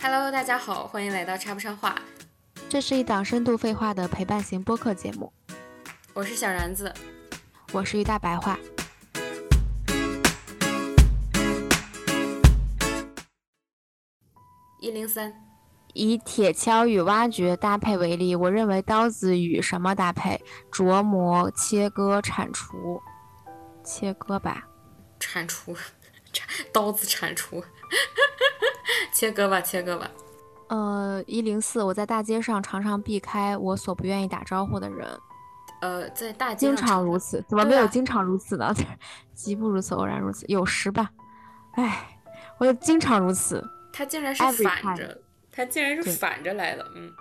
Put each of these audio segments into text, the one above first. Hello，大家好，欢迎来到插不上话，这是一档深度废话的陪伴型播客节目，我是小然子。我是于大白话。一零三，以铁锹与挖掘搭配为例，我认为刀子与什么搭配？琢磨、切割、铲除，切割吧。铲除， 铲刀子铲除， 切割吧，切割吧。呃，一零四，我在大街上常常避开我所不愿意打招呼的人，呃，在大街经上常如此。怎么没对啊有经常如此呢？ 极不如此，偶然如此，有时吧。唉，我经常如此，他竟然是 Every 反 time 着，他竟然是对反着来的，嗯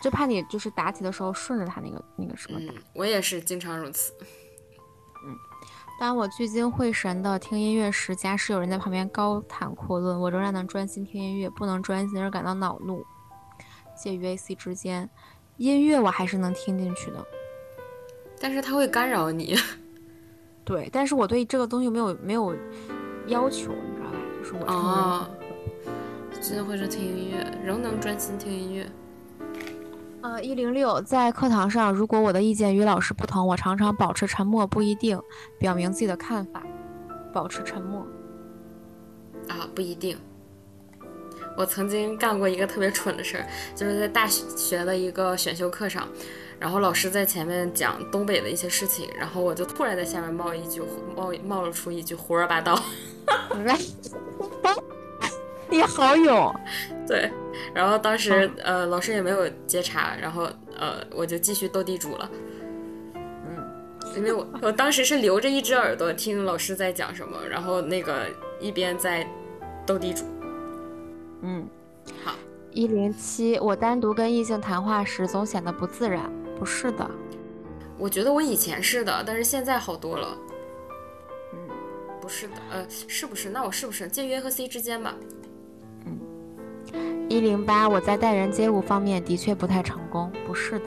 就怕你就是答题的时候顺着他那个那个什么嗯，我也是经常如此。当我聚精会神地听音乐时，假使有人在旁边高谈阔论，我仍然能专心听音乐，不能专心而感到恼怒。介于 A、C 之间，音乐我还是能听进去的。但是他会干扰你，对，但是我对这个东西没有没有要求，你知道吧？就是我这种人，哦，真的会说听音乐，仍能专心听音乐。呃，一零六，在课堂上，如果我的意见与老师不同，我常常保持沉默，不一定表明自己的看法，保持沉默。 啊，不一定。我曾经干过一个特别蠢的事儿，就是在大学的一个选修课上，然后老师在前面讲东北的一些事情，然后我就突然在下面冒一句冒冒了出一句胡说八道， 你好勇！对，然后当时呃老师也没有接茬，然后呃我就继续斗地主了，嗯，因为我我当时是留着一只耳朵听老师在讲什么，然后那个一边在斗地主，嗯，好。一零七，我单独跟异性谈话时总显得不自然。不是的，我觉得我以前是的，但是现在好多了。嗯，不是的，呃，是不是？那我是不是介于 A 和 C 之间吧？一零八，我在待人接物方面的确不太成功。不是的，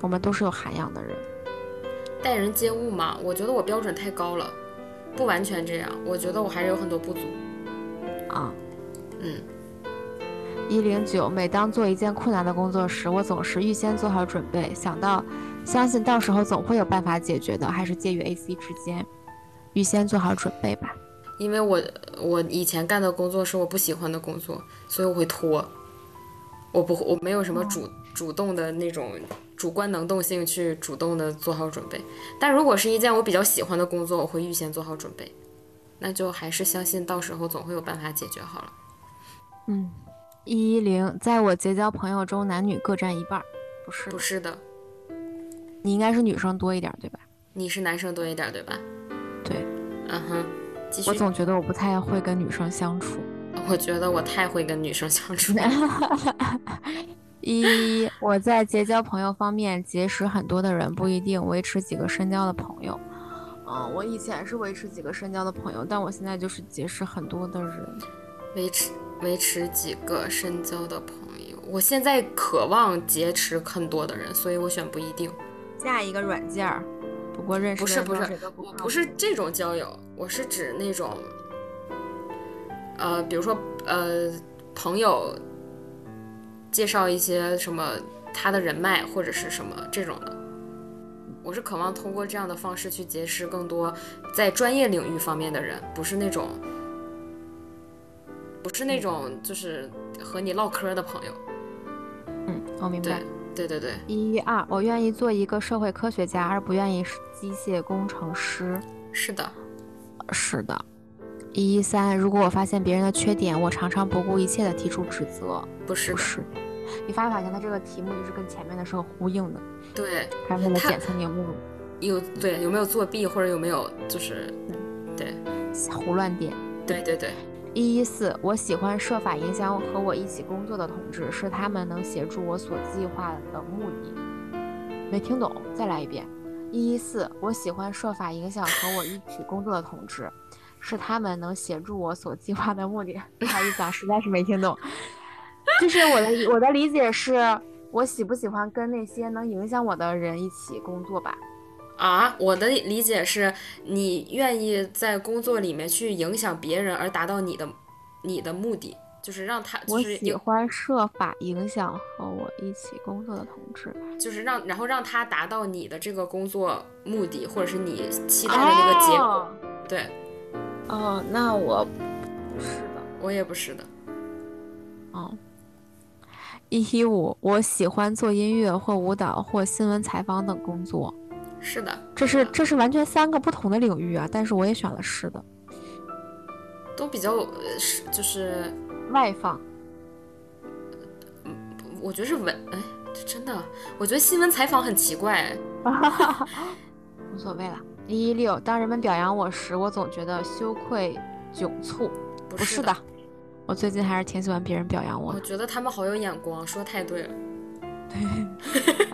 我们都是有涵养的人。待人接物嘛，我觉得我标准太高了，不完全这样，我觉得我还是有很多不足。啊。嗯，一零九，每当做一件困难的工作时，我总是预先做好准备，想到相信到时候总会有办法解决的，还是介于 A、C 之间，预先做好准备吧。因为我我以前干的工作是我不喜欢的工作，所以我会拖。我不我没有哦什么主主动的那种主观能动性去主动的做好准备，但如果是一件我比较喜欢的工作，我会预先做好准备，那就还是相信到时候总会有办法解决好了。嗯，一一零，在我结交朋友中，男女各占一半儿。不是的不是的，你应该是女生多一点儿，对吧？你是男生多一点，对吧？对，嗯哼，继续。我总觉得我不太会跟女生相处。我觉得我太会跟女生相处了。 一，我在结交朋友方面，结识很多的人不一定维持几个深交的朋友。嗯，我以前是维持几个深交的朋友，但我现在就是结识很多的人。维持维持几个深交的朋友，我现在渴望结识很多的人，所以我选不一定。下一个软件儿，不过认识不是的不人是谁都，不我靠不是这种交友，我是指那种，呃，比如说呃，朋友介绍一些什么他的人脉或者是什么这种的。我是渴望通过这样的方式去结识更多在专业领域方面的人，不是那种，不是那种就是和你唠嗑的朋友。嗯，我明对白。对对对，一二，我愿意做一个社会科学家，而不愿意是机械工程师。是的，是的。一一三，如果我发现别人的缺点，我常常不顾一切的提出指责。不是不的，是，你发没发现它这个题目就是跟前面的是有呼应的，对。它是为了它检测你有没有有对有没有作弊或者有没有就是，嗯对胡乱点。对对对，一一四，我喜欢设法影响和我一起工作的同志，是他们能协助我所计划的目的。没听懂，再来一遍。一一四，我喜欢设法影响和我一起工作的同志，是他们能协助我所计划的目的。 不好意思啊，实在是没听懂。就是我的我的理解是，我喜不喜欢跟那些能影响我的人一起工作吧？啊，我的理解是你愿意在工作里面去影响别人而达到你的你的目的，就是让他我就是喜有欢设法影响和我一起工作的同志。就是让然后让他达到你的这个工作目的，或者是你期待的那个结果。哦对哦，那我不是的。我也不是的，哦，一五，我喜欢做音乐或舞蹈或新闻采访等工作，是的，这是这是完全三个不同的领域啊。但是我也选了是的，都比较呃是就是外放。我觉得是文哎，真的，我觉得新闻采访很奇怪，无所谓了。一六，当人们表扬我时，我总觉得羞愧窘促。不不是哦是的，我最近还是挺喜欢别人表扬我我的。觉得他们好有眼光，说太对了。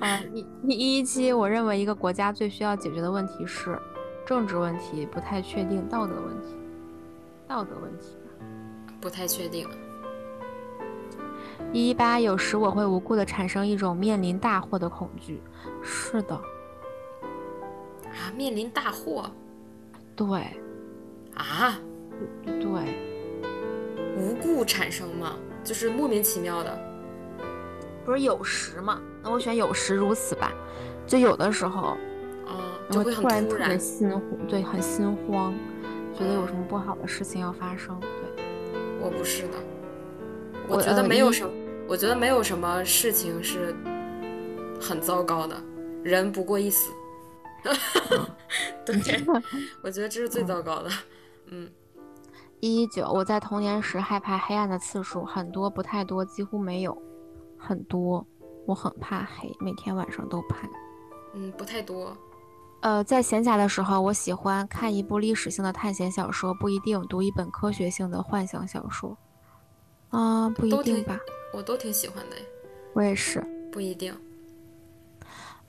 啊，一一一七，我认为一个国家最需要解决的问题是政治问题，不太确定道德问题，道德问题。不太确定，一一八，有时我会无故的产生一种面临大祸的恐惧。是的，啊，面临大祸对啊，对，无故产生吗？就是莫名其妙的。不是有时嘛？那我选有时如此吧，就有的时候啊，我就会很哦突然突特然别。心慌，对，很心慌，觉得有什么不好的事情要发生。对，我不是的，我我觉得呃没有一什么，我觉得没有什么事情是很糟糕的，人不过一死。 对，哦 我觉得这是最糟糕的。嗯一一九，我在童年时害怕黑暗的次数很多，不太多，几乎没有，很多。我很怕黑，每天晚上都怕。嗯，不太多。呃，在闲暇的时候，我喜欢看一部历史性的探险小说，不一定读一本科学性的幻想小说。啊，不一都定挺吧，我都挺喜欢的，我也是。不一定。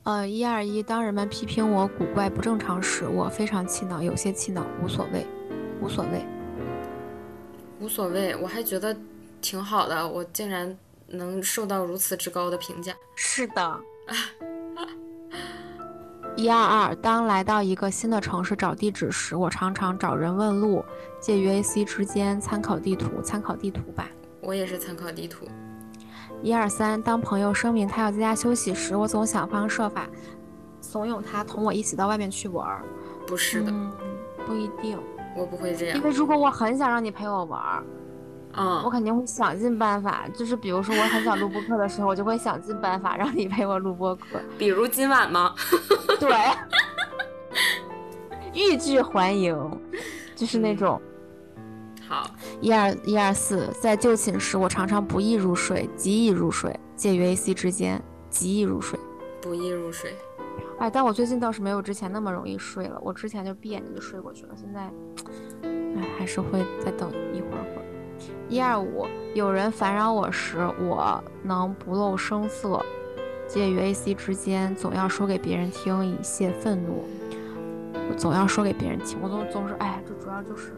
呃，一二一，当人们批评我古怪不正常时，我非常气恼，有些气恼，无所谓，无所谓。无所谓，我还觉得挺好的，我竟然能受到如此之高的评价。是的。 一二二，当来到一个新的城市找地址时，我常常找人问路，介于 A、C 之间，参考地图，参考地图吧。我也是参考地图，一二三，当朋友声明他要在家休息时，我总想方设法怂恿他同我一起到外面去玩儿。不是的，啊嗯，不一定，我不会这因样。为如果我很想让你陪我玩儿，啊、我肯定会想尽办法。就是比如说我很想录播课的时候，我就会想尽办法让你陪我录播课。比如今晚吗？ 对， 欲拒还迎，就是那嗯种。好，一二一二四，在就寝时，我常常不易入睡，极易入睡，介于 A、C 之间，极易入睡。不易入睡。哎，但我最近倒是没有之前那么容易睡了。我之前就闭眼睛就睡过去了，现在，哎，还是会再等一会儿会儿。一二五，有人烦扰我时，我能不露声色，介于 A、C 之间，总要说给别人听以泄愤怒。我总要说给别人听，我总总是，哎呀，这主要就是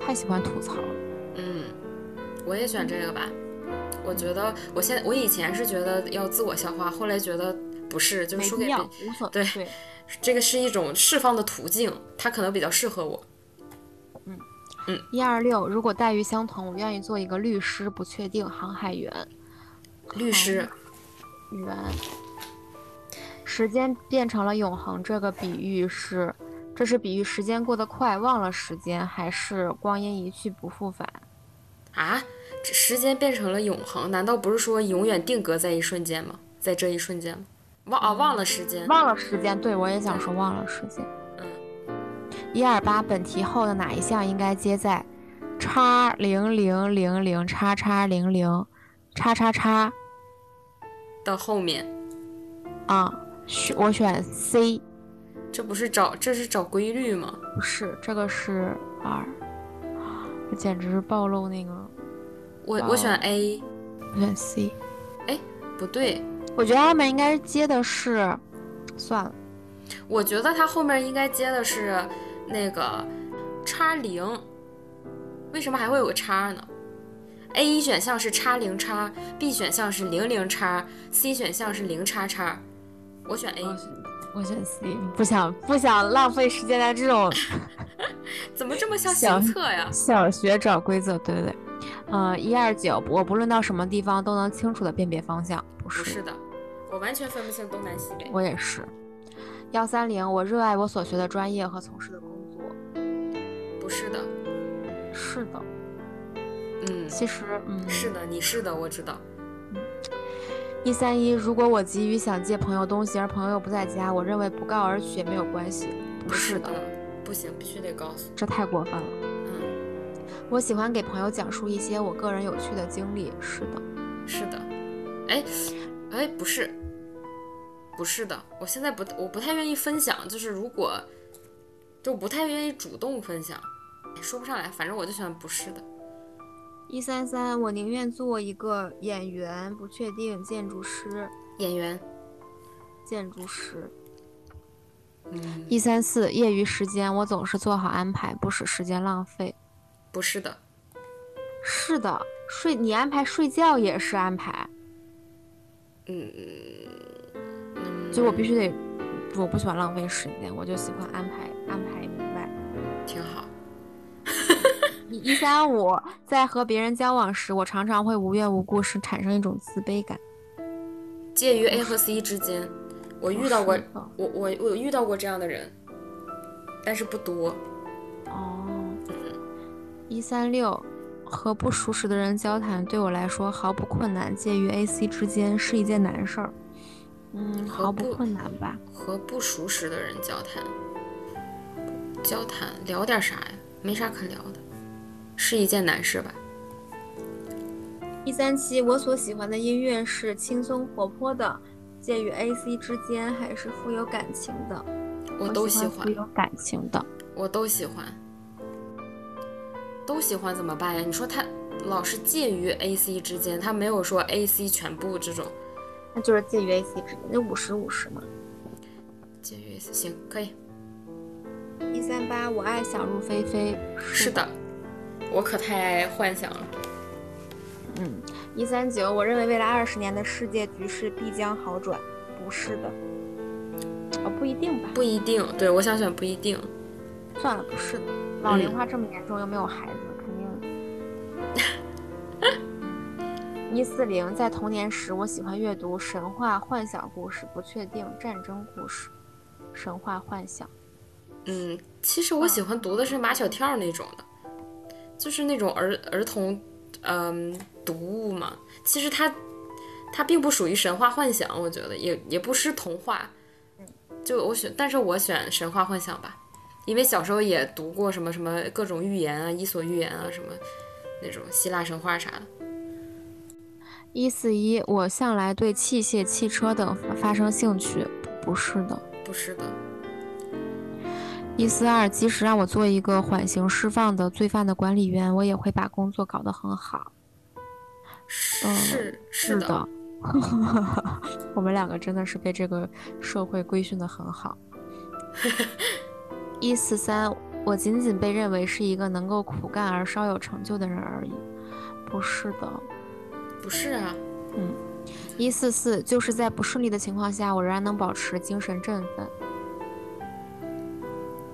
太喜欢吐槽了。嗯，我也选这个吧。我觉得我现在我以前是觉得要自我消化，后来觉得不是，就是没说必给要，别无所对对，这个是一种释放的途径，它可能比较适合我。一二六，如果待遇相同，我愿意做一个律师，不确定航海员。律师，圆。时间变成了永恒，这个比喻是，这是比喻时间过得快，忘了时间，还是光阴一去不复返？啊，这时间变成了永恒，难道不是说永远定格在一瞬间吗？在这一瞬间吗？忘啊，忘了时间。忘了时间，对我也想说忘了时间。嗯，一二八，本题后的哪一项应该接在叉零零零零叉叉零零叉叉叉到后面，啊？选我选 C，这不是找这是找规律吗？不是这个是 R，这简直是暴露那个，我哦我选 A，我选 C。不对，我觉得他们应该接的是，算了，我觉得它后面应该接的是那个叉零，为什么还会有个叉呢？A 选项是叉零叉，B 选项是零零叉，C 选项是零叉叉。我选 A，、啊我选 C，不想不想浪费时间在这种怎么这么像想行测呀？小学找规则，对对对，啊、呃，一二九，我不论到什么地方都能清楚的辨别方向，不不是？是的，我完全分不清东南西北。我也是。幺三零，我热爱我所学的专业和从事的工作。不是的，是的，嗯，其实，嗯，是的，你是的，我知道。一三一，如果我急于想借朋友东西，而朋友不在家，我认为不告而取也没有关系。不是的的，，不行，必须得告诉。这太过分了。嗯，我喜欢给朋友讲述一些我个人有趣的经历。是的，嗯是的。哎，哎，不是，不是的，我现在不，我不太愿意分享，就是如果，就我不太愿意主动分享，哎说不上来，反正我就喜欢不是的。一三三，我宁愿做一个演员，不确定建筑师，演员，建筑师。嗯，一三四，业余时间我总是做好安排，不使时间浪费。不是的，是的，睡你安排睡觉也是安排，嗯，就我必须得，我不喜欢浪费时间，我就喜欢安排安排明白。嗯挺好。一一三五，在和别人交往时，我常常会无缘无故是产生一种自卑感。介于 A 和 C 之间，我遇到过是，的我我我遇到过这样的人，但是不多。哦，一三六，和不熟识的人交谈对我来说毫不困难，介于 A、C 之间是一件难事儿。嗯，和毫不不困难吧？和不熟识的人交谈，交谈聊点啥呀？没啥可聊的，是一件难事吧？一三七，我所喜欢的音乐是轻松活泼的，介于 A、C 之间，还是富有感情的。我都喜富有感情的。我都喜欢，都喜欢怎么办呀？你说他老是介于 A、C 之间，他没有说 A、C 全部这种那就是介于 A、C 之间，那五十五十嘛。介于 A、C，行，可以，一三八，我爱想入非非。是的，我可太爱幻想了。嗯，一三九，我认为未来二十年的世界局势必将好转。不是的，哦，不一定吧？不一定，对我想选不一定。算了，不是的。老龄化这么严重，又没有孩子，肯定。 一四零，在童年时，我喜欢阅读神话、幻想故事、不确定战争故事、神话幻想。嗯，其实我喜欢读的是马小跳那种的，就是那种儿儿童，嗯，读物嘛。其实它它并不属于神话幻想，我觉得也也不是童话。就我选，但是我选神话幻想吧，因为小时候也读过什么什么各种寓言啊，伊索寓言啊，什么那种希腊神话啥的。一四一，我向来对器械、汽车等发生兴趣。不是的。不是的，一四二，即使让我做一个缓刑释放的罪犯的管理员，我也会把工作搞得很好。是是的，的， 我们两个真的是被这个社会规训得很好。一四三，我仅仅被认为是一个能够苦干而稍有成就的人而已。不是的。不是啊，一四四，就是在不顺利的情况下，我仍然能保持精神振奋。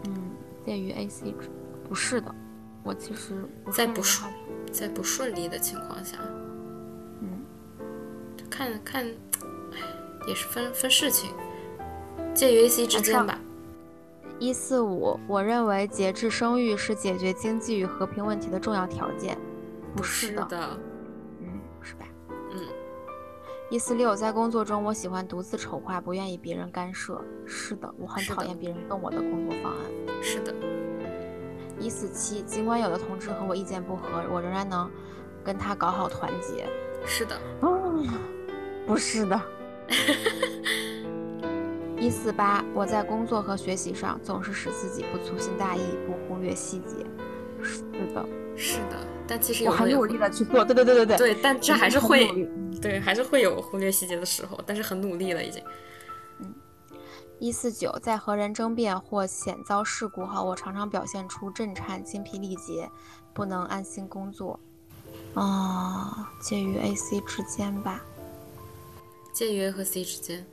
嗯，介于 A、C 之不是的，我其实不在顺利不的顺话在不顺利的情况下，嗯，看看，唉，也是分分事情，介于 A、C 之间吧。一四五，我认为节制生育是解决经济与和平问题的重要条件。不是是的，的，嗯，是吧？嗯，一四六，在工作中，我喜欢独自筹划，不愿意别人干涉。是的，我很是讨的厌别人动我的工作方案。是的，一四七，尽管有的同志和我意见不合，我仍然能跟他搞好团结。是的，不是 的。一四八，我在工作和学习上总是使自己不粗心大意，不忽略细节。是的，是的。但其实我有时候很也努会力的去做。对对对对对，对，但这还是我很努会力。对，还是会有忽略细节的时候，但是很努力了已经。一四九，在和人争辩或险遭事故后，我常常表现出震颤、精疲力竭，不能安心工作。啊、介于 A、C 之间吧。介于 A 和 C 之间，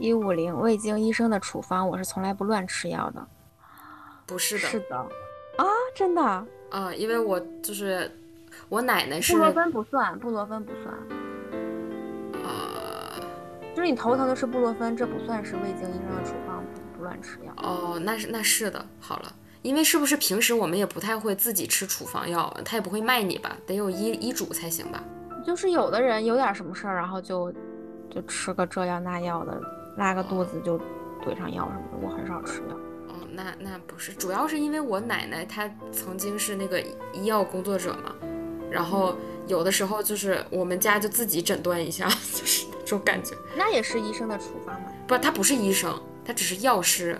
一五零，未经医生的处方，我是从来不乱吃药的。不是的，的。啊，真的？啊，因为我就是我奶奶是布洛芬不算，布洛芬不算，呃就是你头疼的是布洛芬，这不算是未经医生的处方，不不乱吃药。哦，那是那是的，好了。因为是不是平时我们也不太会自己吃处方药，他也不会卖你吧？得有医医嘱才行吧？就是有的人有点什么事儿，然后就就吃个这药那药的，拉个肚子就怼上药什么的。我很少吃药。哦，那那不是，主要是因为我奶奶她曾经是那个医药工作者嘛，然后有的时候就是我们家就自己诊断一下， 就是那种感觉。那也是医生的处方嘛。不，她不是医生，她只是药师。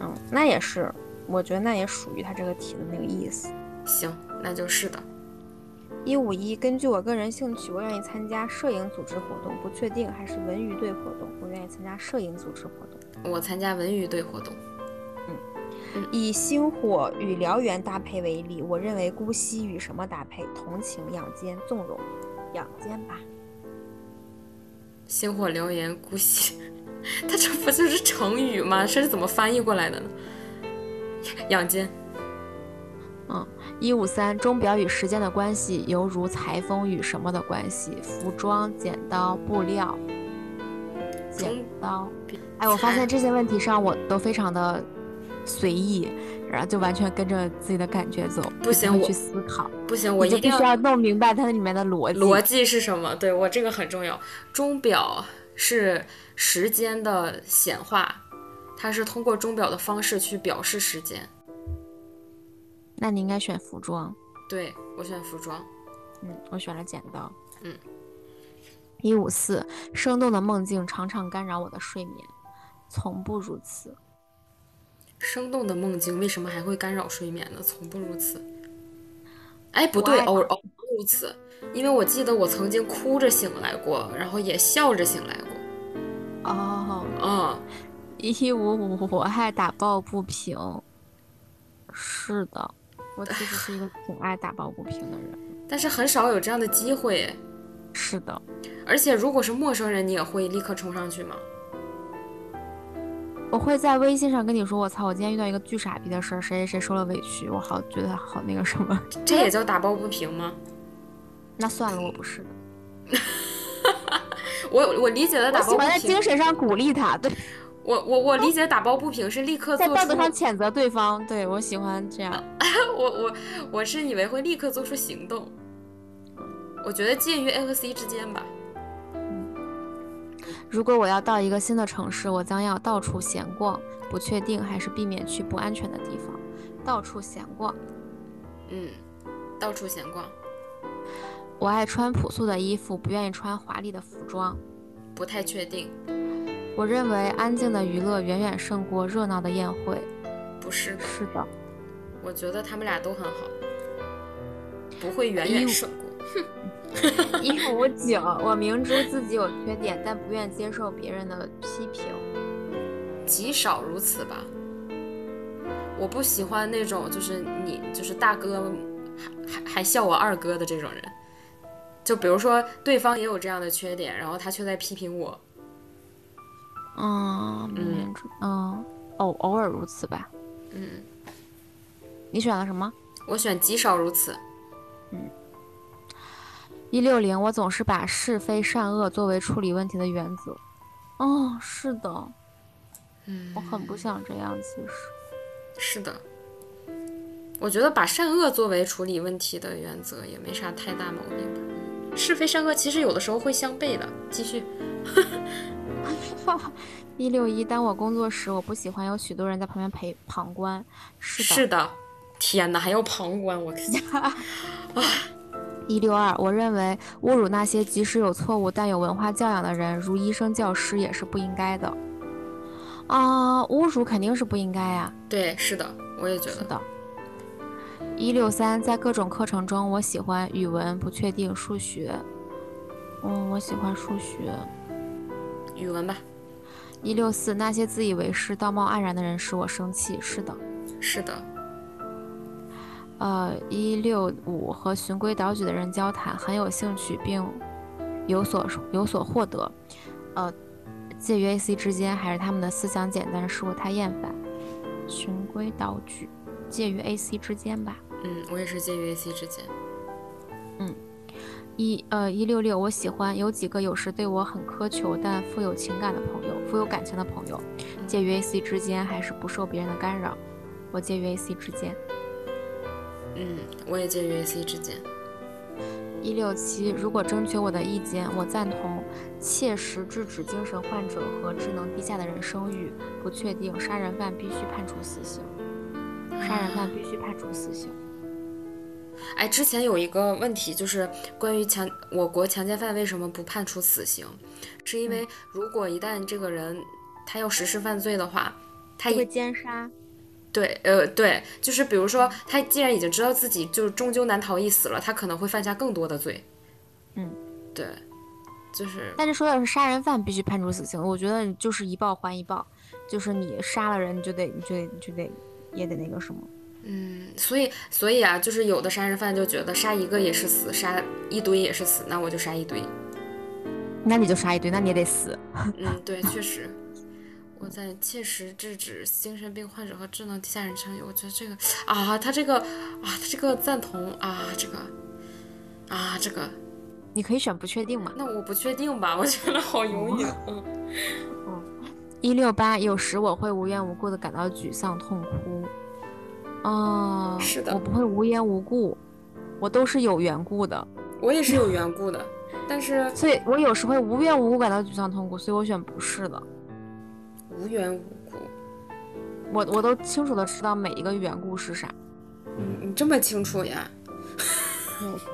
嗯，那也是，我觉得那也属于他这个题的那个意思。行，那就是的。一五一，根据我个人兴趣，我愿意参加摄影组织活动，不确定还是文娱队活动，我愿意参加摄影组织活动。我参加文娱队活动，以星火与燎原搭配为例，我认为姑息与什么搭配？同情、养奸、纵容，养奸吧。星火燎原，姑息。 它这不就是成语吗？这是怎么翻译过来的呢？养奸。一五三，钟表与时间的关系犹如裁缝与什么的关系？服装、剪刀、布料、剪刀。哎，我发现这些问题上我都非常的随意，然后就完全跟着自己的感觉走，不行会我去思考，不行，我你就一必定须要弄明白它里面的逻辑。逻辑是什么？对我这个很重要。钟表是时间的显化，它是通过钟表的方式去表示时间。那你应该选服装。对我选服装，嗯，我选了剪刀。嗯，一五四，生动的梦境常常干扰我的睡眠，从不如此。生动的梦境为什么还会干扰睡眠呢？从不如此。哎，不我对，爱偶偶不如此，因为我记得我曾经哭着醒来过，然后也笑着醒来过。哦，嗯，一五五，我爱打抱不平。是的，我其实是一个挺爱打抱不平的人。但是很少有这样的机会。是的，而且如果是陌生人，你也会立刻冲上去吗？我会在微信上跟你说，我操，我今天遇到一个巨傻逼的事儿，谁谁谁受了委屈，我好觉得好那个什么。 这也叫打抱不平吗？那算了，我不是的。我我理解的打我抱喜不欢在平精，神上鼓励他，对，我我我理解打抱不平是立刻在做嗯道出德上谴责对方，对我喜欢这样。我我我是以为会立刻做出行动，我觉得介于 A 和 C 之间吧。如果我要到一个新的城市，我将要到处闲逛，不确定还是避免去不安全的地方。到处闲逛，嗯，到处闲逛，我爱穿朴素的衣服，不愿意穿华丽的服装。不太确定，我认为安静的娱乐远远胜过热闹的宴会。不是，是的，我觉得他们俩都很好，不会远远一五胜过。一五九，我明知自己有缺点，但不愿接受别人的批评。极少如此吧。我不喜欢那种就是你就是大哥还还还笑我二哥的这种人，就比如说对方也有这样的缺点，然后他却在批评我，嗯，明知嗯，偶偶尔如此吧。嗯，你选了什么？我选极少如此，一六零，我总是把是非善恶作为处理问题的原则。哦，是的，嗯我很不想这样。其实，是的，我觉得把善恶作为处理问题的原则也没啥太大毛病吧。嗯是非善恶其实有的时候会相悖的。继续， 一六一，当我工作时，我不喜欢有许多人在旁边陪旁观。是的，是的，天哪，还要旁观，我一六二，我认为侮辱那些即使有错误但有文化教养的人，如医生、教师，也是不应该的。啊、侮辱肯定是不应该呀、对，是的，我也觉是得的。一六三，在各种课程中，我喜欢语文，不确定数学。嗯，我喜欢数学。语文吧，一六四，那些自以为是、道貌岸然的人使我生气。是的。是的，呃，一六五和循规蹈矩的人交谈，很有兴趣并有所有所获得。呃，介于 A、C 之间，还是他们的思想简单，使我太厌烦。循规蹈矩，介于 A、C 之间吧。嗯，我也是介于 A、C 之间。一呃一六六，我喜欢有几个有时对我很苛求但富有情感的朋友，富有感情的朋友，介于 A、C 之间，还是不受别人的干扰。我介于 A、C 之间。嗯，我也介于 A、C 之间。一六七，如果征求我的意见，我赞同切实制止精神患者和智能低下的人生育。不确定，杀人犯必须判处死刑。杀人犯必须判处死刑。哎，之前有一个问题，就是关于强我国强奸犯为什么不判处死刑，是因嗯为如果一旦这个人他要实施犯罪的话，他这个一奸杀，对呃对，就是比如说他既然已经知道自己就是终究难逃一死了，他可能会犯下更多的罪。嗯，对，就是但是说要是杀人犯必须判处死刑，我觉得就是一报还一报，就是你杀了人，你就得你就得你就得也得那个什么。嗯，所以所以啊，就是有的杀人犯就觉得杀一个也是死，杀一堆也是死，那我就杀一堆。那你就杀一堆，那你也得死。嗯，对，确实，我在切实制止精神病患者和智能低下人参与。我觉得这个啊，他这个啊，他这个赞同啊，这个啊，这个，你可以选不确定嘛。那我不确定吧，我觉得好犹豫。嗯一六八，有时我会无缘无故的感到沮丧、痛哭。啊、是的我不会无缘无故，我都是有缘故的，我也是有缘故的，但是所以我有时会无缘无故感到沮丧、痛苦，所以我选不是的。无缘无故，我我都清楚的知道每一个缘故是啥。你你这么清楚呀？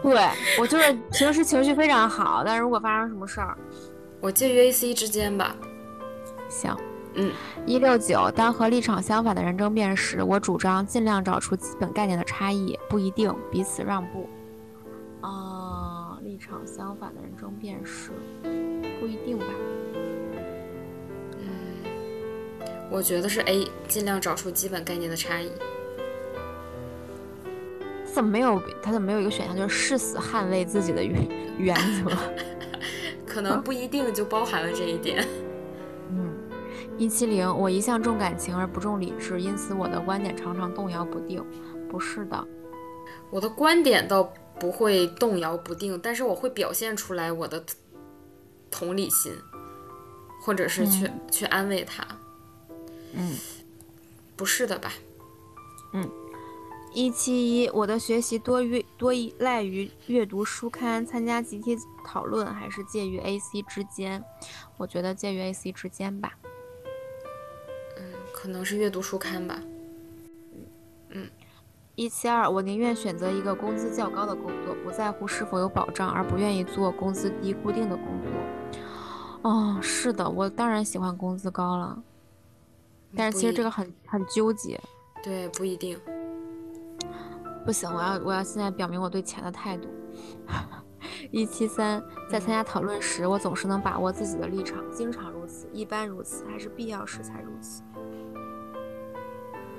对我就是平时情绪非常好，但如果发生什么事儿，我介于 A、C 之间吧。行，嗯，一六九，当和立场相反的人争辩时，我主张尽量找出基本概念的差异，不一定彼此让步。啊、立场相反的人争辩时，不一定吧？我觉得是 A，尽量找出基本概念的差异。怎么没有？他怎么没有一个选项就是誓死捍卫自己的原原 则？可啊能不一定就包含了这一点。 嗯，一七零，我一向重感情而不重理智，因此我的观点常常动摇不定。不是的，我的观点倒不会动摇不定，但是我会表现出来我的 t- 同理心，或者是去、去安慰他。嗯，不是的吧？一七一，我的学习多于多依赖于阅读书刊、参加集体讨论，还是介于 A、C 之间？我觉得介于 A、C 之间吧。可能是阅读书刊吧。一七二，我宁愿选择一个工资较高的工作，不在乎是否有保障，而不愿意做工资低固定的工作。哦，是的，我当然喜欢工资高了，但是其实这个很很纠结。对不一定。不行，我要我要现在表明我对钱的态度。 一七三，在参加讨论时，我总是能把握自己的立场，经常如此，一般如此，还是必要时才如此。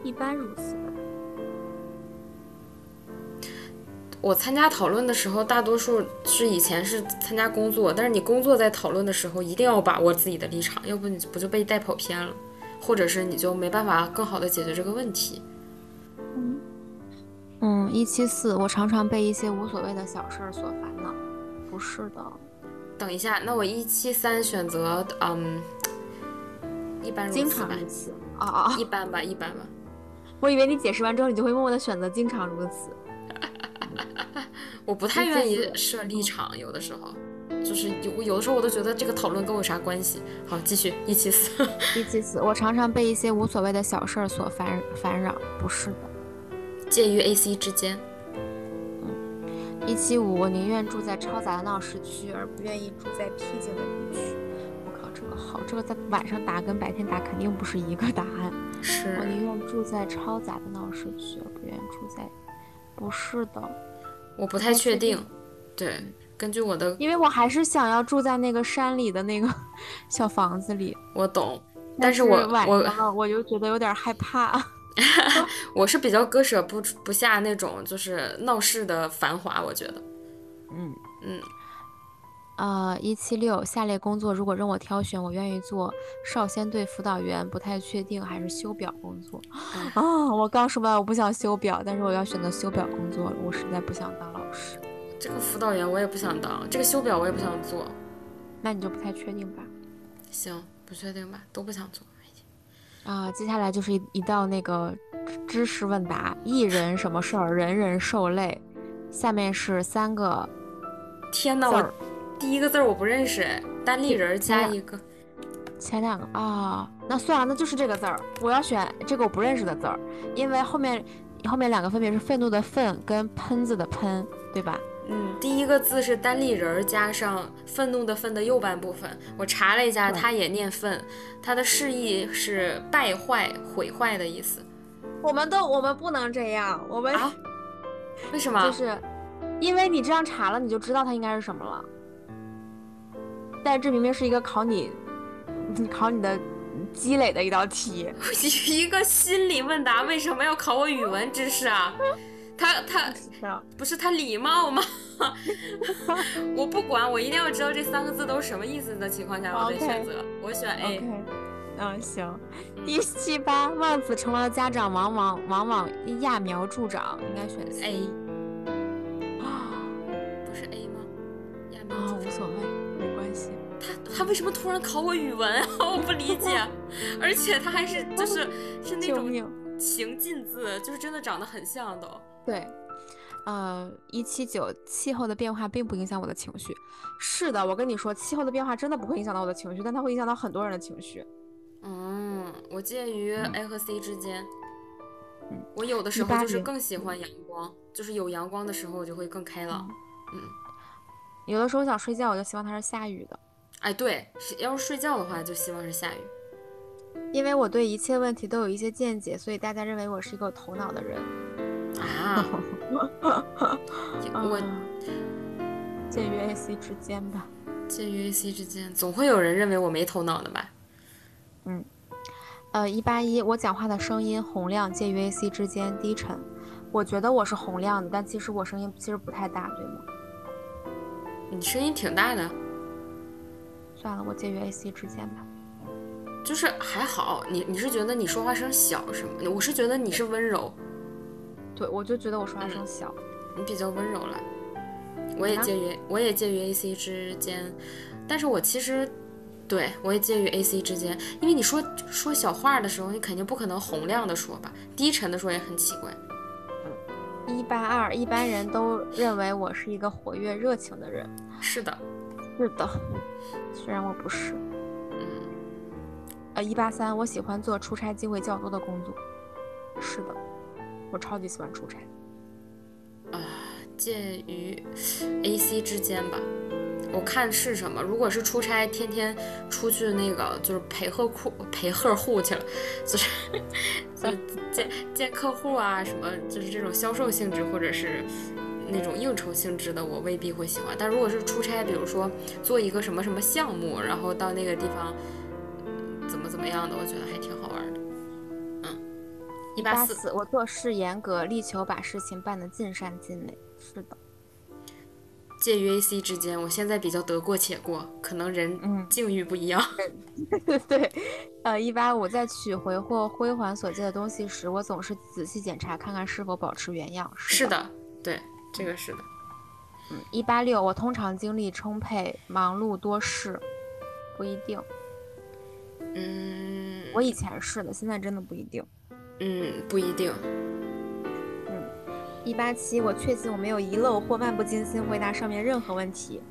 一般如此吧。我参加讨论的时候，大多数是以前是参加工作，但是你工作在讨论的时候，一定要把握自己的立场，要不你不就被带跑偏了，或者是你就没办法更好的解决这个问题。嗯，一七四，我常常被一些无所谓的小事儿所烦恼。不是的，等一下，那我一七三选择，嗯，一般如经此常吧，如此。哦哦，一般吧，一般吧。我以为你解释完之后，你就会默默的选择经常如此。我不太一愿七意四设立场，有的时候，就是有有的时候我都觉得这个讨论跟我有啥关系。好，继续一七四， 一七四，我常常被一些无所谓的小事儿所烦烦扰。不是的。介于 A、C 之间。一七五，我宁愿住在嘈杂的闹市区，而不愿意住在僻静的地区。我靠，这个好，这个在晚上打跟白天打肯定不是一个答案。是我宁愿住在嘈杂的闹市区，而不愿意住在……不是的，我不太确不定。对，根据我的因为我还是想要住在那个山里的那个 小房子里。我懂，但但是我晚我上了，我就觉得有点害怕。我是比较割舍不不下那种就是闹市的繁华，我觉得。嗯嗯，呃，一七六，下列工作如果让我挑选，我愿意做少先队辅导员，不太确定，还是修表工作。啊、我刚说完我不想修表，但是我要选择修表工作了，我实在不想当老师。这个辅导员我也不想当，这个修表我也不想做。那你就不太确定吧？行，不确定吧，都不想做。啊、接下来就是一一道那个知知识问答，一人什么事儿，人人受累。下面是三个天字呐，儿我，第一个字儿我不认识哎，单立人加一个前两个啊、那算了，那就是这个字儿，我要选这个我不认识的字儿，因为后面后面两个分别是愤怒的愤跟喷子的喷，对吧？嗯，第一个字是单立人儿加上愤怒的愤的右半部分。我查了一下，对它也念愤，它的释义是败坏、毁坏的意思。我们都我们不能这样，我们、啊为什么？就是因为你这样查了，你就知道它应该是什么了。但这明明是一个考你 考你的积累的一道题。 一个心理问嗯答为什么要考我语文知识啊？他他不是他礼貌吗？ 我不管，我一定要知道这三个字都是什么意思的情况下，我再 OK 选择。我选 A。 OK，嗯，行。第七八，望子成龙的家长往往往往揠苗助长，应该选 C A 啊不是 A 吗？亚明啊，珠无所谓，没关系。他他为什么突然考我语文 啊？我不理 解，而且他还是就是是那救种命！情近字，就是真的长得很像都。对，呃，一七九，气候的变化并不影响我的情绪。是的，我跟你说，气候的变化真的不会影响到我的情绪，但它会影响到很多人的情绪。嗯，我介于 A 和 C 之间。我有的时候180就是更喜欢阳光，就是有阳光的时候我就会更开朗。有的时候想睡觉，我就希望它是下雨的，哎，对，是要是睡觉的话就希望是下雨。因为我对一切问题都有一些见解，所以大家认为我是一个有头脑的人。啊，我啊嗯介于 A、C 之间吧。介于 A、C 之间，总会有人认为我没头脑的吧？呃，一八一，我讲话的声音洪亮介于 A、C 之间，低沉。我觉得我是洪亮的，但其实我声音其实不太大，对吗？你声音挺大的，算了，我介于 A、C 之间吧。就是还好。你你是觉得你说话声小是吗？我是觉得你是温柔，对，我就觉得我说话声小。你比较温柔了。我也啊介于我也介于 A、C 之间，但是我其实对我也介于 A、C 之间，因为你说说小话的时候，你肯定不可能洪亮的说吧，低沉的说也很奇怪。一八二，一般人都认为我是一个活跃热情的人。是的，是的，虽然我不是。嗯，呃，一八三，我喜欢做出差机会较多的工作。是的，我超级喜欢出差。啊介于 A、C 之间吧。我看是什么，如果是出差，天天出去那个就是陪客户陪客户去了，就是就是见见客户啊，什么就是这种销售性质或者是那种应酬性质的，我未必会喜欢。但如果是出差，比如说做一个什么什么项目，然后到那个地方嗯怎么怎么样的，我觉得还挺好玩的。嗯，一一八四。四，我做事严格，力求把事情办得尽善尽美。是的。介于 A、C 之间，我现在比较得过且过，可能人嗯境遇不一样。 对，呃，一八五在取回或归还所借的东西时，我总是仔细检查，看看是否保持原样。是的，对，这个是的。一八六，我通常精力充沛，忙碌多事，不一定。嗯，我以前是的，现在真的不一定。嗯不一定。一八七，我确信我没有遗漏或漫不经心回答上面任何问题。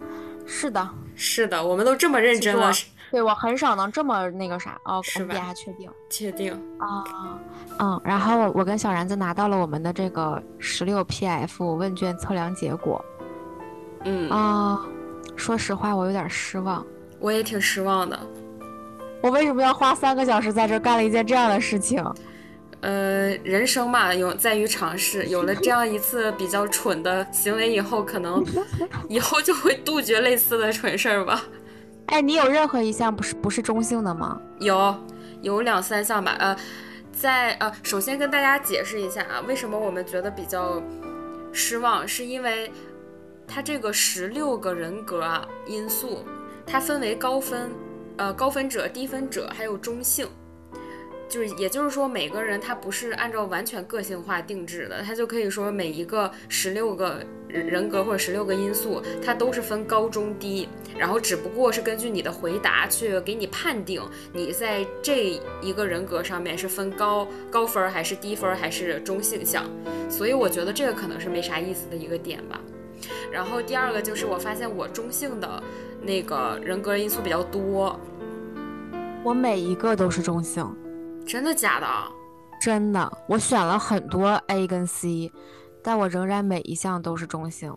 是的，是的，我们都这么认真了，记对我很少能这么那个啥哦，是我们吧点下确定 确定。啊，嗯，然后我我跟小然子拿到了我们的这个十六 PF 问卷测量结果，嗯，啊、说实话，我有点失望。我也挺失望的。我为什么要花三个小时在这儿干了一件这样的事情？呃，人生嘛，有在于尝试。有了这样一次比较蠢的行为以后，可能 以后就会杜绝类似的蠢事儿吧。哎，你有任何一项不是不是中性的吗？有有两三项吧，呃，在呃，首先跟大家解释一下啊，为什么我们觉得比较失望，是因为它这个十六个人格啊因素，它分为高分、呃高分者、低分者，还有中性。就是也就是说，每个人他不是按照完全个性化定制的，他就可以说每一个十六个人格或者十六个因素，它都是分高中低，然后只不过是根据你的回答去给你判定你在这一个人格上面是分高高分儿还是低分儿还是中性向，所以我觉得这个可能是没啥意思的一个点吧。然后第二个就是我发现我中性的那个人格因素比较多，我每一个都是中性，真的假的？啊真的，我选了很多 A 跟 C，但我仍然每一项都是中性。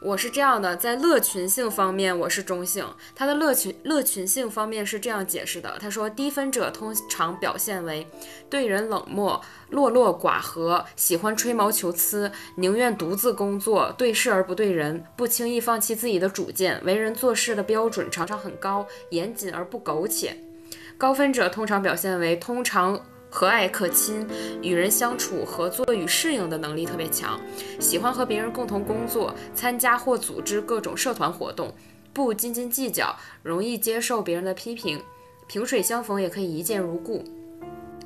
我是这样的，在乐群性方面我是中性，它的乐群乐群性方面是这样解释的，他说低分者通常表现为对人冷漠、落落寡合，喜欢吹毛求疵，宁愿独自工作，对事而不对人，不轻易放弃自己的主见，为人做事的标准常常很高，严谨而不苟且。高分者通常表现为通常和蔼可亲，与人相处、合作与适应的能力特别强，喜欢和别人共同工作，参加或组织各种社团活动，不斤斤计较，容易接受别人的批评，萍水相逢也可以一见如故。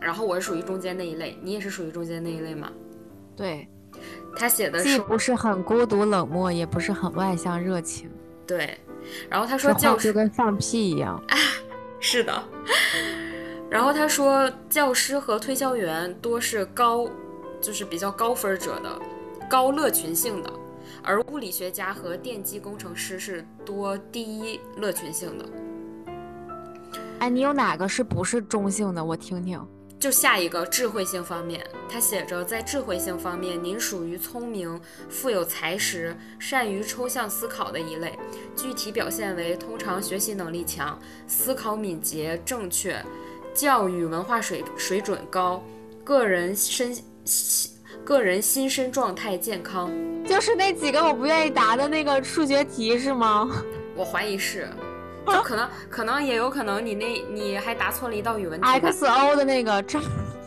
然后我是属于中间那一类，你也是属于中间那一类吗？对，他写的既是不是很孤独冷漠，也不是很外向热情，对，然后他说说教话师就跟放屁一样。 是的。然后他说，教师和推销员多是高，就是比较高分者的，高乐群性的，而物理学家和电机工程师是多低乐群性的。哎，你有哪个是不是中性的？我听听。就下一个智慧性方面，它写着在智慧性方面，您属于聪明、富有才识、善于抽象思考的一类，具体表现为通常学习能力强、思考敏捷、正确，教育文化水水准高，个人身心个人心身状态健康。就是那几个我不愿意答的那个数学题是吗？我怀疑是，就可能可能也有可能你那你还答错了一道语文题吧， X O 的那个这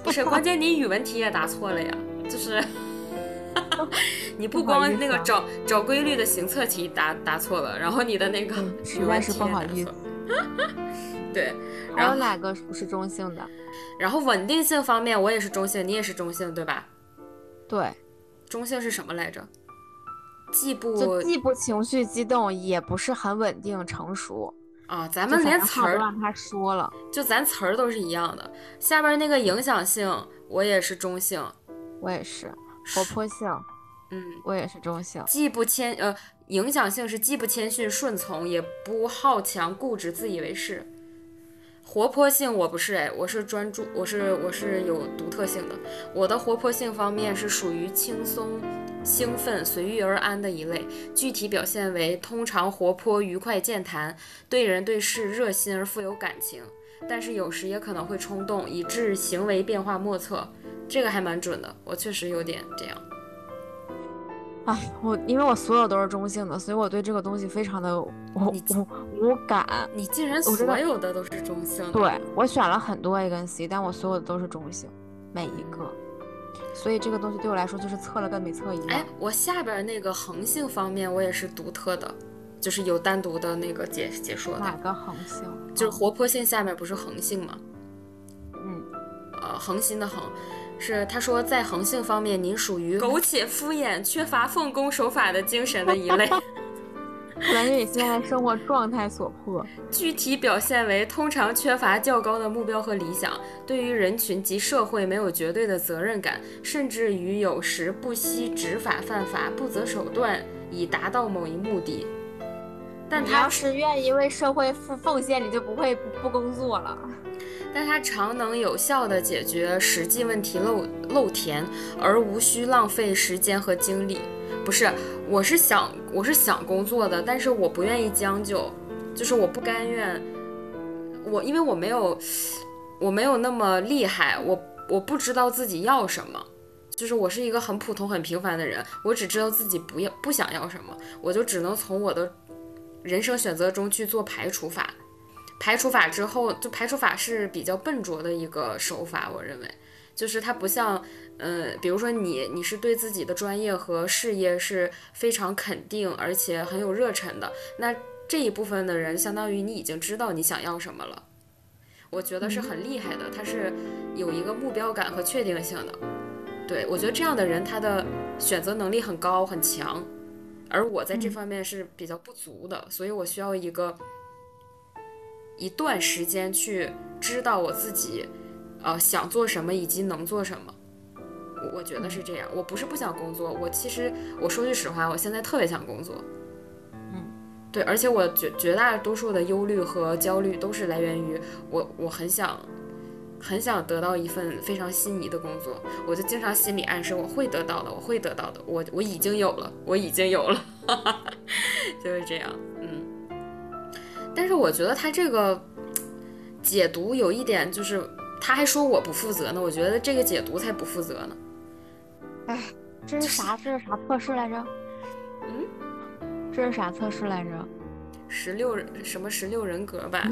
不是，关键你语文题也答错了呀，就是。 你不不好光意那思个啊找找规律的行测题答答错了，然后你的那个嗯实语在文是题不也好答意错了。 对，还然有后哪个不是中性的？然后稳定性方面，我也是中性，你也是中性，对吧？对，中性是什么来着？既就不既不情绪激动，也不是很稳定成熟。啊，咱我们连词儿都让他说了，就咱词儿都是一样的。下边那个影响性，我也是中性，我也是活泼性，嗯，我也是中性。既不谦呃，影响性是既不谦逊顺从，也不好强固执自以为是。活泼性我不是哎，我是专注，我是我是有独特性的。我的活泼性方面是属于轻松、兴奋、随遇而安的一类，具体表现为通常活泼、愉快、健谈，对人对事热心而富有感情，但是有时也可能会冲动，以致行为变化莫测。这个还蛮准的，我确实有点这样。哎，我因为我所有都是中性的，所以我对这个东西非常的无你无无感。你竟然我知道所有的都是中性的，对我选了很多 A 跟 C，但我所有的都是中性，每一个。所以这个东西对我来说就是测了跟没测一样哎。，我下边那个恒性方面，我也是独特的，就是有单独的那个解解说哪的，个恒星？就是活泼性下面不是恒性吗？嗯，呃，恒心的恒，是他说在恒性方面，您属于苟 且敷衍、缺乏奉公守法的精神的一类，可能是你现在的生活状态所 迫。具体表现为通常缺乏较高的目标和理想，对于人群及社会没有绝对的责任感，甚至于有时不惜执法犯法、不择手段以达到某一目的。但你他要是愿意为社会付奉献，你就不会不不工作了。但它常能有效地解决实际问题漏漏填，而无需浪费时间和精力。不是，我是想我是想工作的，但是我不愿意将就，就是我不甘愿，我因为我没有我没有那么厉害，我我不知道自己要什么。就是我是一个很普通、很平凡的人，我只知道自己不要、不想要什么，我就只能从我的人生选择中去做排除法。排除法之后，就排除法是比较笨拙的一个手法，我认为，就是它不像，呃，比如说你你是对自己的专业和事业是非常肯定，而且很有热忱的，那这一部分的人相当于你已经知道你想要什么了，我觉得是很厉害的，他是有一个目标感和确定性的。对我觉得这样的人他的选择能力很高很强，而我在这方面是比较不足的，所以我需要一个一段时间去知道我自己，呃，想做什么以及能做什么。我我觉得是这样，我不是不想工作，我其实我说句实话，我现在特别想工作。嗯，对，而且我绝绝大多数的忧虑和焦虑都是来源于我我很想很想得到一份非常心仪的工作，我就经常心里暗示我会得到的，我会得到的，我我已经有了，我已经有了， 就是这样，嗯。但是我觉得他这个解读有一点就是，他还说我不负责呢，我觉得这个解读才不负责呢。这是啥？这是啥测试来着？嗯，这是啥测试来着？十六人什么十六人格吧，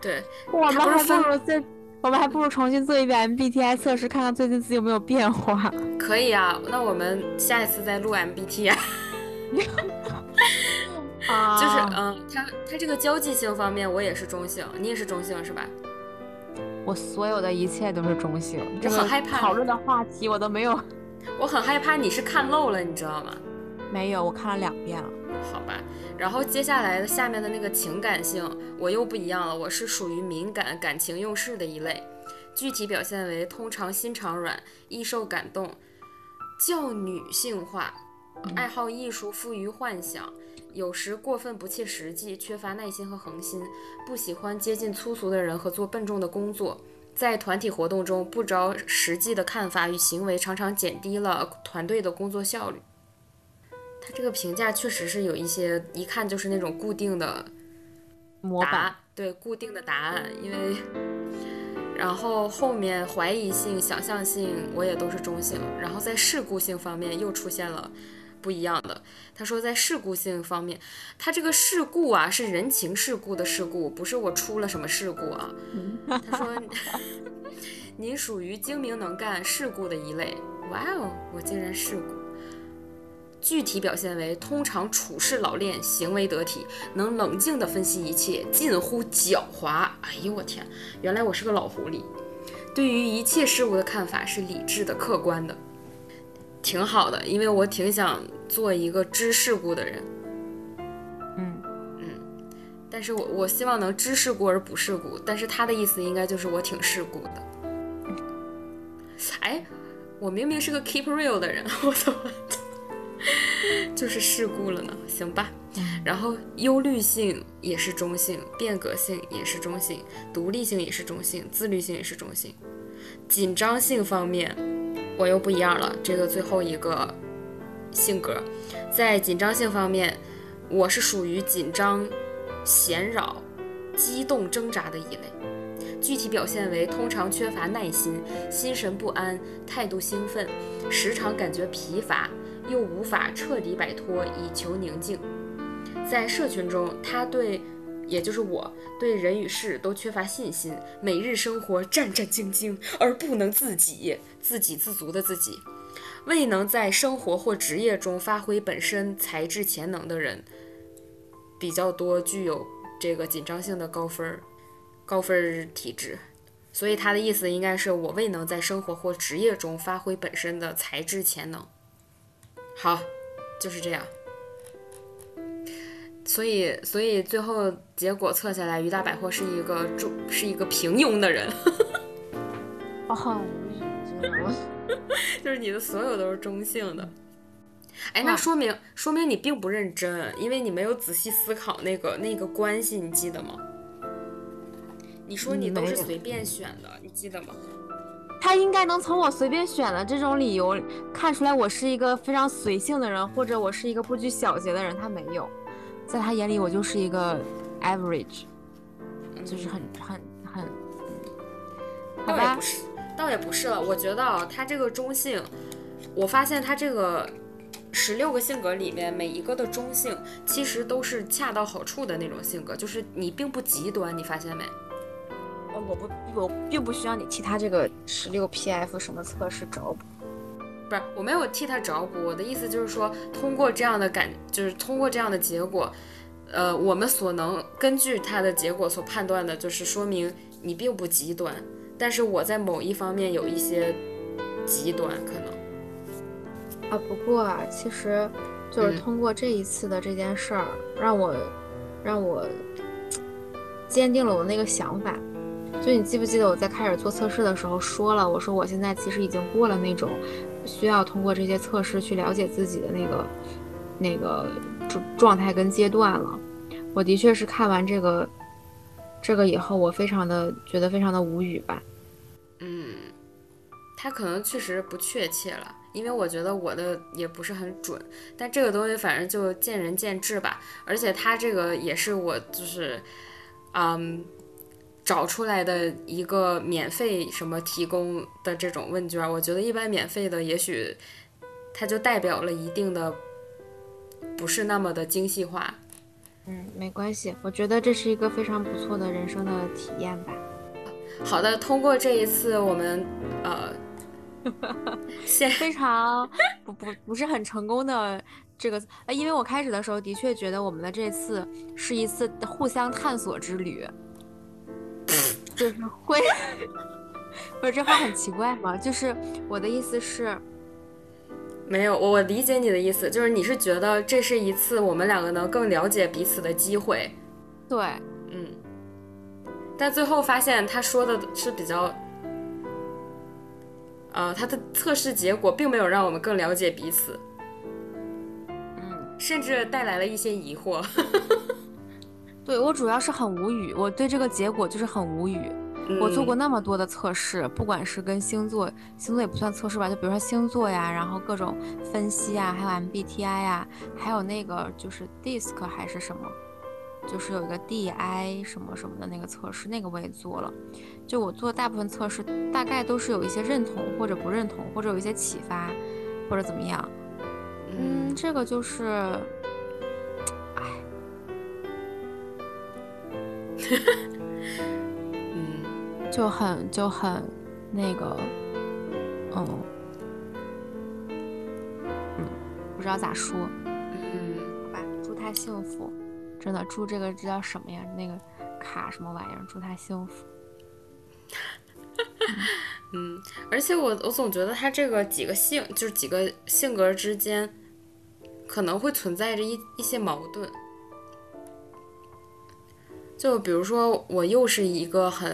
对，我们它不是还不分如再，我们还不如重新做一遍 MBTI 测试，看看最近自己有没有变化。可以啊，那我们下一次再录 MBTI。啊就是嗯，他他这个交际性方面，我也是中性，你也是中性是吧？我所有的一切都是中性，这我个很害怕讨论的话题我都没有，我很害怕你是看漏了，你知道吗？没有，我看了两遍了。好吧，然后接下来的下面的那个情感性，我又不一样了，我是属于敏感、感情用事的一类，具体表现为通常心肠软、易受感动，较女性化，爱好艺术，富于幻想，有时过分不切实际，缺乏耐心和恒心，不喜欢接近粗俗的人和做笨重的工作。在团体活动中不着实际的看法与行为，常常减低了团队的工作效率。他这个评价确实是有一些，一看就是那种固定的模答板案，对固定的答案，因为然后后面怀疑性、想象性我也都是中性，然后在事故性方面又出现了不一样的。他说在事故性方面，他这个事故啊是人情世故的事故，不是我出了什么事故啊。他说 您属于精明能干、世故的一类。哇哦，我竟然世故。具体表现为通常处事老练，行为得体，能冷静地分析一切，近乎狡猾。哎呦我天，原来我是个老狐狸。对于一切事物的看法是理智的、客观的，挺好的，因为我挺想做一个知世故的人，嗯，但是我我希望能知世故而不世故。但是他的意思应该就是我挺世故的。哎，我明明是个 keep real 的人， 我怎么就是世故了呢？行吧。然后忧虑性也是中性，变革性也是中性，独立性也是中性，自律性也是中性。紧张性方面，我又不一样了。这个最后一个性格，在紧张性方面，我是属于紧张、闲扰、激动、挣扎的一类。具体表现为通常缺乏耐心，心神不安，态度兴奋，时常感觉疲乏，又无法彻底摆脱，以求宁静。在社群中，他对，也就是我对人与事都缺乏信心，每日生活战战兢兢，而不能自己自给自足的自己，未能在生活或职业中发挥本身才智潜能的人，比较多具有这个紧张性的高分儿高分儿体质。所以他的意思应该是我未能在生活或职业中发挥本身的才智潜能。好，就是这样。所以，所以最后结果测下来，于大百货是一个中，是一个平庸的人，我很哦无语，真的我就是你的所有都是中性的。哎，哇那说明说明你并不认真，因为你没有仔细思考那个那个关系，你记得吗？你说你嗯都没是有随便选的，你记得吗？他应该能从我随便选的这种理由看出来我是一个非常随性的人，或者我是一个不拘小节的人，他没有，在他眼里我就是一个 average，就是很很很，好嗯倒也吧不，是，倒也不是了。我觉得啊，他这个中性，我发现他这个十六个性格里面，每一个的中性其实都是恰到好处的那种性格，就是你并不极端，你发现没？我呃我不我并不需要你替他这个十六 PF 什么测试找补。不是，我没有替他找补，我的意思就是说，通过这样的感，就是通过这样的结果，呃，我们所能根据他的结果所判断的，就是说明你并不极端，但是我在某一方面有一些极端，可能。啊，不过啊，其实嗯就是通过这一次的这件事儿，让我让我坚定了我那个想法。就你记不记得我在开始做测试的时候说了，我说我现在其实已经过了那种需要通过这些测试去了解自己的那个那个状状态跟阶段了。我的确是看完这个这个以后，我非常的觉得非常的无语吧。嗯，他可能确实不确切了，因为我觉得我的也不是很准，但这个东西反正就见仁见智吧。而且他这个也是我就是，嗯，找出来的一个免费什么提供的这种问卷，我觉得一般免费的也许它就代表了一定的不是那么的精细化。嗯，没关系，我觉得这是一个非常不错的人生的体验吧。好的，通过这一次我们呃，先非常不不不是很成功的这个，呃，因为我开始的时候的确觉得我们的这次是一次互相探索之 旅，就是会， 不是这话很奇怪吗？就是我的意思是，没有，我我理解你的意思，就是你是觉得这是一次我们两个能更了解彼此的机会，对，嗯，但最后发现他说的是比较，呃，他的测试结果并没有让我们更了解彼此，嗯，甚至带来了一些疑惑。对我主要是很无语，我对这个结果就是很无语。我做嗯过那么多的测试，不管是跟星座，星座也不算测试吧，就比如说星座呀，然后各种分析啊，还有 MBTI 呀，还有那个就是 DISC 还是什么，就是有一个 DI 什么什么的那个测试，那个我也做了。就我做大部分测试，大概都是有一些认同或者不认同，或者有一些启发，或者怎么样。嗯，嗯，这个就是，哎，嗯，就很就很那个，嗯，嗯，不知道咋说，嗯，好吧，祝他幸福，真的祝这个这叫什么呀？那个卡什么玩意儿？祝他幸福。而且我我总觉得他这个几个性就是几个性格之间可能会存在着一一些矛盾，就比如说我又是一个很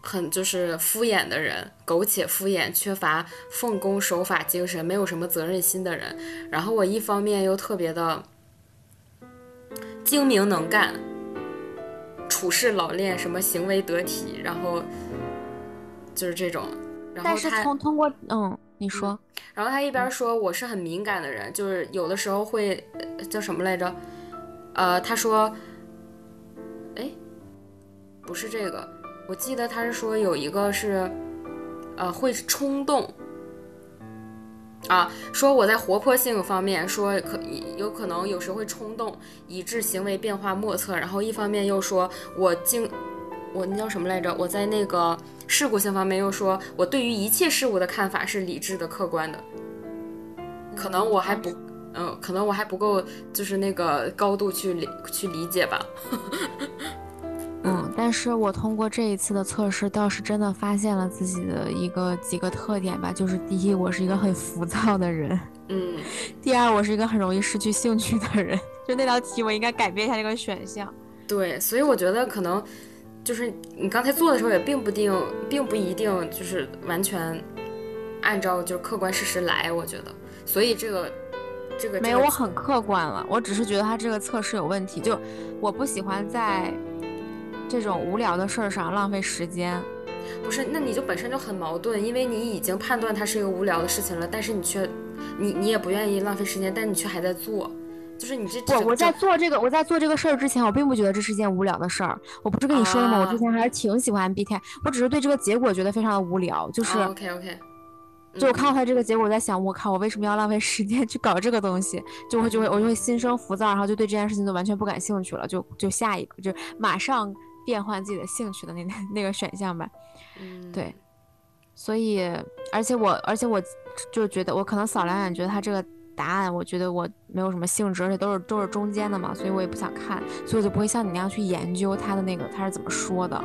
很就是敷衍的人，苟且敷衍，缺乏奉公守法精神，没有什么责任心的人。然后我一方面又特别的精明能干，处事老练，什么行为得体，然后就是这种。然后但是他通通过嗯，你说，然后他一边说我是很敏感的人，就是有的时候会呃叫什么来着？呃，他说，哎，不是这个，我记得他是说有一个是，呃，会冲动。啊，说我在活泼性方面，说可有可能有时会冲动，以致行为变化莫测。然后一方面又说我经，我那叫什么来着？我在那个事故性方面又说，我对于一切事物的看法是理智的、客观的。可能我还不，嗯，可能我还不够，就是那个高度去理去理解吧。嗯，但是我通过这一次的测试，倒是真的发现了自己的一个几个特点吧，就是第一，我是一个很浮躁的人；嗯第二，我是一个很容易失去兴趣的人。 就那道题，我应该改变一下这个选项。，对，所以我觉得可能就是你刚才做的时候也并不定，并不一定就是完全按照就是客观事实来，我觉得，所以这个这个没这有，个我很客观了，我只是觉得他这个测试有问题，就我不喜欢在这种无聊的事儿上浪费时间。不是，那你就本身就很矛盾，因为你已经判断它是一个无聊的事情了，但是你却你你也不愿意浪费时间，但你却还在做，就是你这我这我在这做这个我在做这个事儿之前，我并不觉得这是一件无聊的事儿。我不是跟你说了吗？我啊之前还是挺喜欢 MBTI，我只是对这个结果觉得非常的无聊，就是。啊嗯 OK OK，就我看到他这个结果，我在想，我靠，我为什么要浪费时间去搞这个东西？就会就会我就会心生浮躁，然后就对这件事情就完全不感兴趣了，就就下一个，就马上变换自己的兴趣的那那个选项吧。嗯，对，所以，而且我，而且我就觉得，我可能扫两眼，觉得他这个答案，我觉得我没有什么兴致，而且都是都是中间的嘛，所以我也不想看，所以我就不会像你那样去研究他的那个他是怎么说的。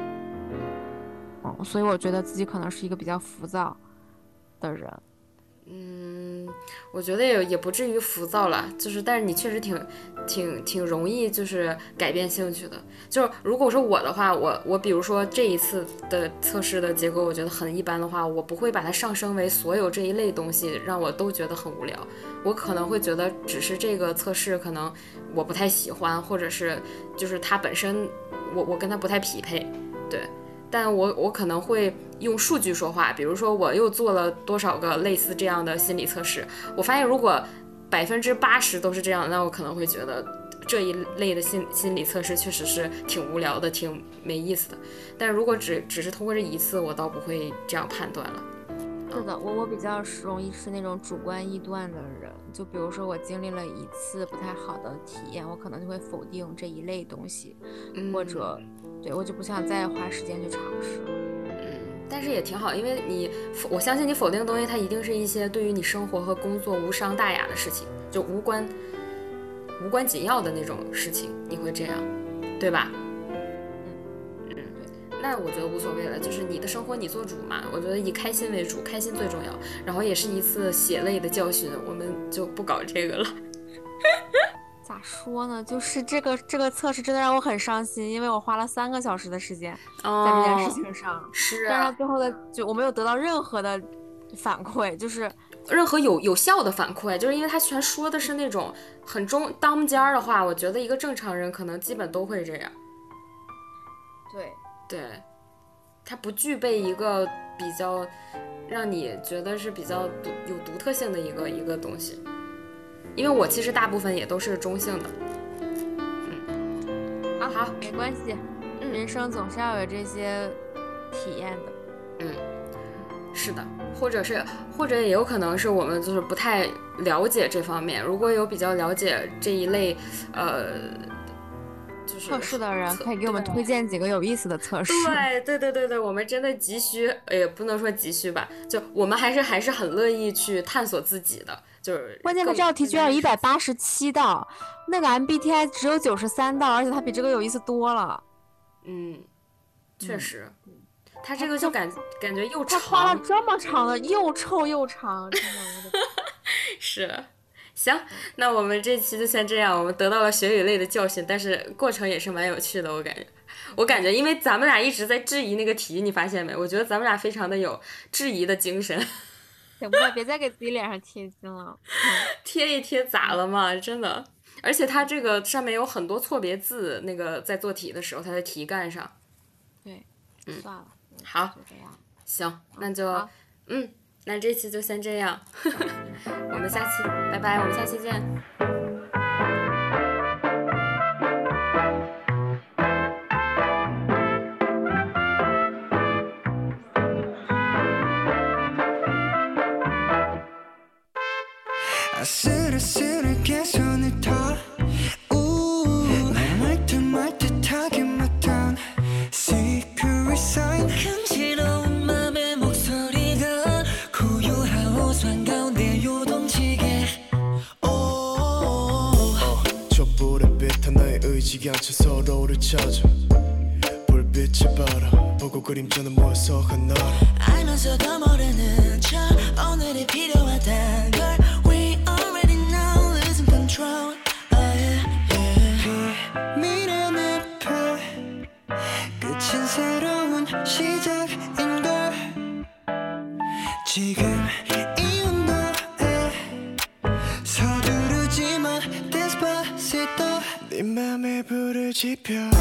嗯，所以我觉得自己可能是一个比较浮躁的人。嗯，我觉得也也不至于浮躁啦，就是但是你确实挺挺挺容易就是改变兴趣的。就是如果是我的话，我我比如说这一次的测试的结果我觉得很一般的话，我不会把它上升为所有这一类东西让我都觉得很无聊。我可能会觉得只是这个测试可能我不太喜欢，或者是就是它本身我我跟它不太匹配，对。但我我可能会用数据说话，比如说我又做了多少个类似这样的心理测试，我发现如果百分之八十都是这样，那我可能会觉得这一类的心心理测试确实是挺无聊的，挺没意思的。但如果只只是通过这一次，我倒不会这样判断了。是的，我我比较是容易是那种主观臆断的人，就比如说我经历了一次不太好的体验，我可能就会否定这一类东西，嗯或者对我就不想再花时间去尝试。嗯，但是也挺好，因为你否我相信你否定的东西，它一定是一些对于你生活和工作无伤大雅的事情，就无关无关紧要的那种事情，你会这样，对吧？嗯，那我觉得无所谓了，就是你的生活你做主嘛。我觉得以开心为主，开心最重要。然后也是一次血泪的教训，我们就不搞这个了。咋说呢？就是这个这个测试真的让我很伤心，因为我花了三个小时的时间在这件 事情上，是但是到啊，最后的就我没有得到任何的反馈，就是任何有有效的反馈，就是因为他全说的是那种很中当尖儿的话，我觉得一个正常人可能基本都会这样。对对，它不具备一个比较让你觉得是比较独有独特性的一个一个东西。因为我其实大部分也都是中性的，嗯啊好没关系，嗯人生总是要有这些体验的。是的，或者是或者也有可能是我们就是不太了解这方面。如果有比较了解这一类，呃，就是测试的人测可以给我们推荐几个有意思的测试。对对对对对，我们真的急需，呃也不能说急需吧，就我们还是还是很乐意去探索自己的，就是关键它更这道题居然有一更百八十七道，那个 MBTI 只有九十三道，而且它比这个有意思多了。嗯，确嗯实，他这个就感感觉又它花了长，这么长的，又臭又长，真的，我的 是。行，那我们这期就先这样。我们得到了学语类的教训，但是过程也是蛮有趣的，我感觉。我感觉，因为咱们俩一直在质疑那个题，你发现没？我觉得咱们俩非常的有质疑的精神， 行吧，别再给自己脸上贴金了。贴一贴咋了嘛？真的。而且它这个上面有很多错别字，那个在做题的时候，它的题干上。对，嗯算了，嗯好就这样。行，那就好嗯，那这期就先这样， 我们下期拜拜，我们下期见。 아슬아슬해 개선을 타 말말듯 말듯하게 맞던 Secret sign 간지러운 맘의 목소리가 고요한 오상 가운데 요동치게 오 촛불에 빛한 나의 의지가 쳐 서로를 찾아 불빛을 바라보고 그림자는 모여서 하나로 알면서도 모르는 척 오늘이 필요하단 걸 We already know losing control oh, yeah, yeah. 미련 앞에 끝은 새로운 시작인걸 지금 이 온도에 서두르지만 Despacito 네 맘에 불을 지펴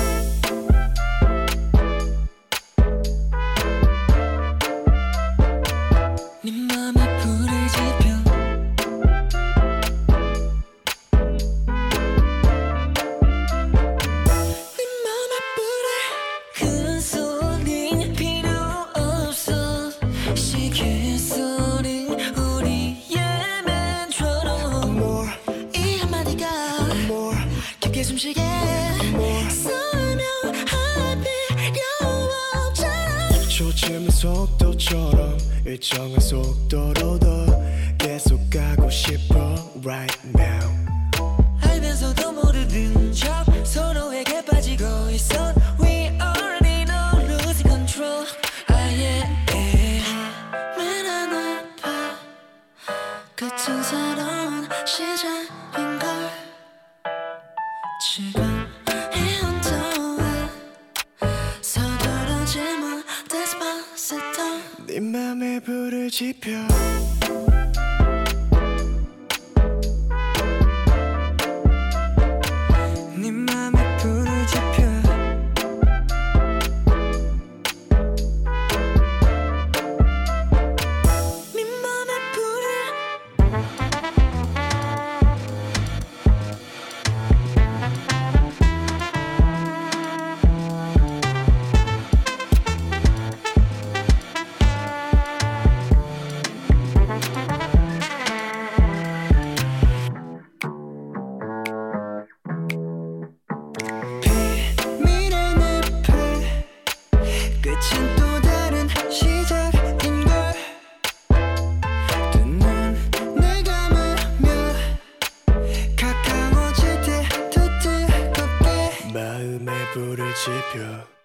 네 맘에 불을 지펴 네 맘에 불을 그 소린 필요 없어 시계 소린 우리의 맨처럼 More, 이 한마디가 more 깊게 숨쉬게 설명 일정한 속도로 더 계속 가고 싶어 right now 알면서도 모르는 척 서로에게 빠지고 있어 We already know losing control 아예 맨안 아파 끝은 새로운 시작인걸 지금 이 혼자와 서두르지만 Despacito 네 맘에 불을 지펴 네 맘에 불을 지펴 네 맘에 불을 미래 늪에 끝은 또 다른 시작인걸 두눈내 감으며 가까워질 때 더 뜨겁게 마음에 불을 지펴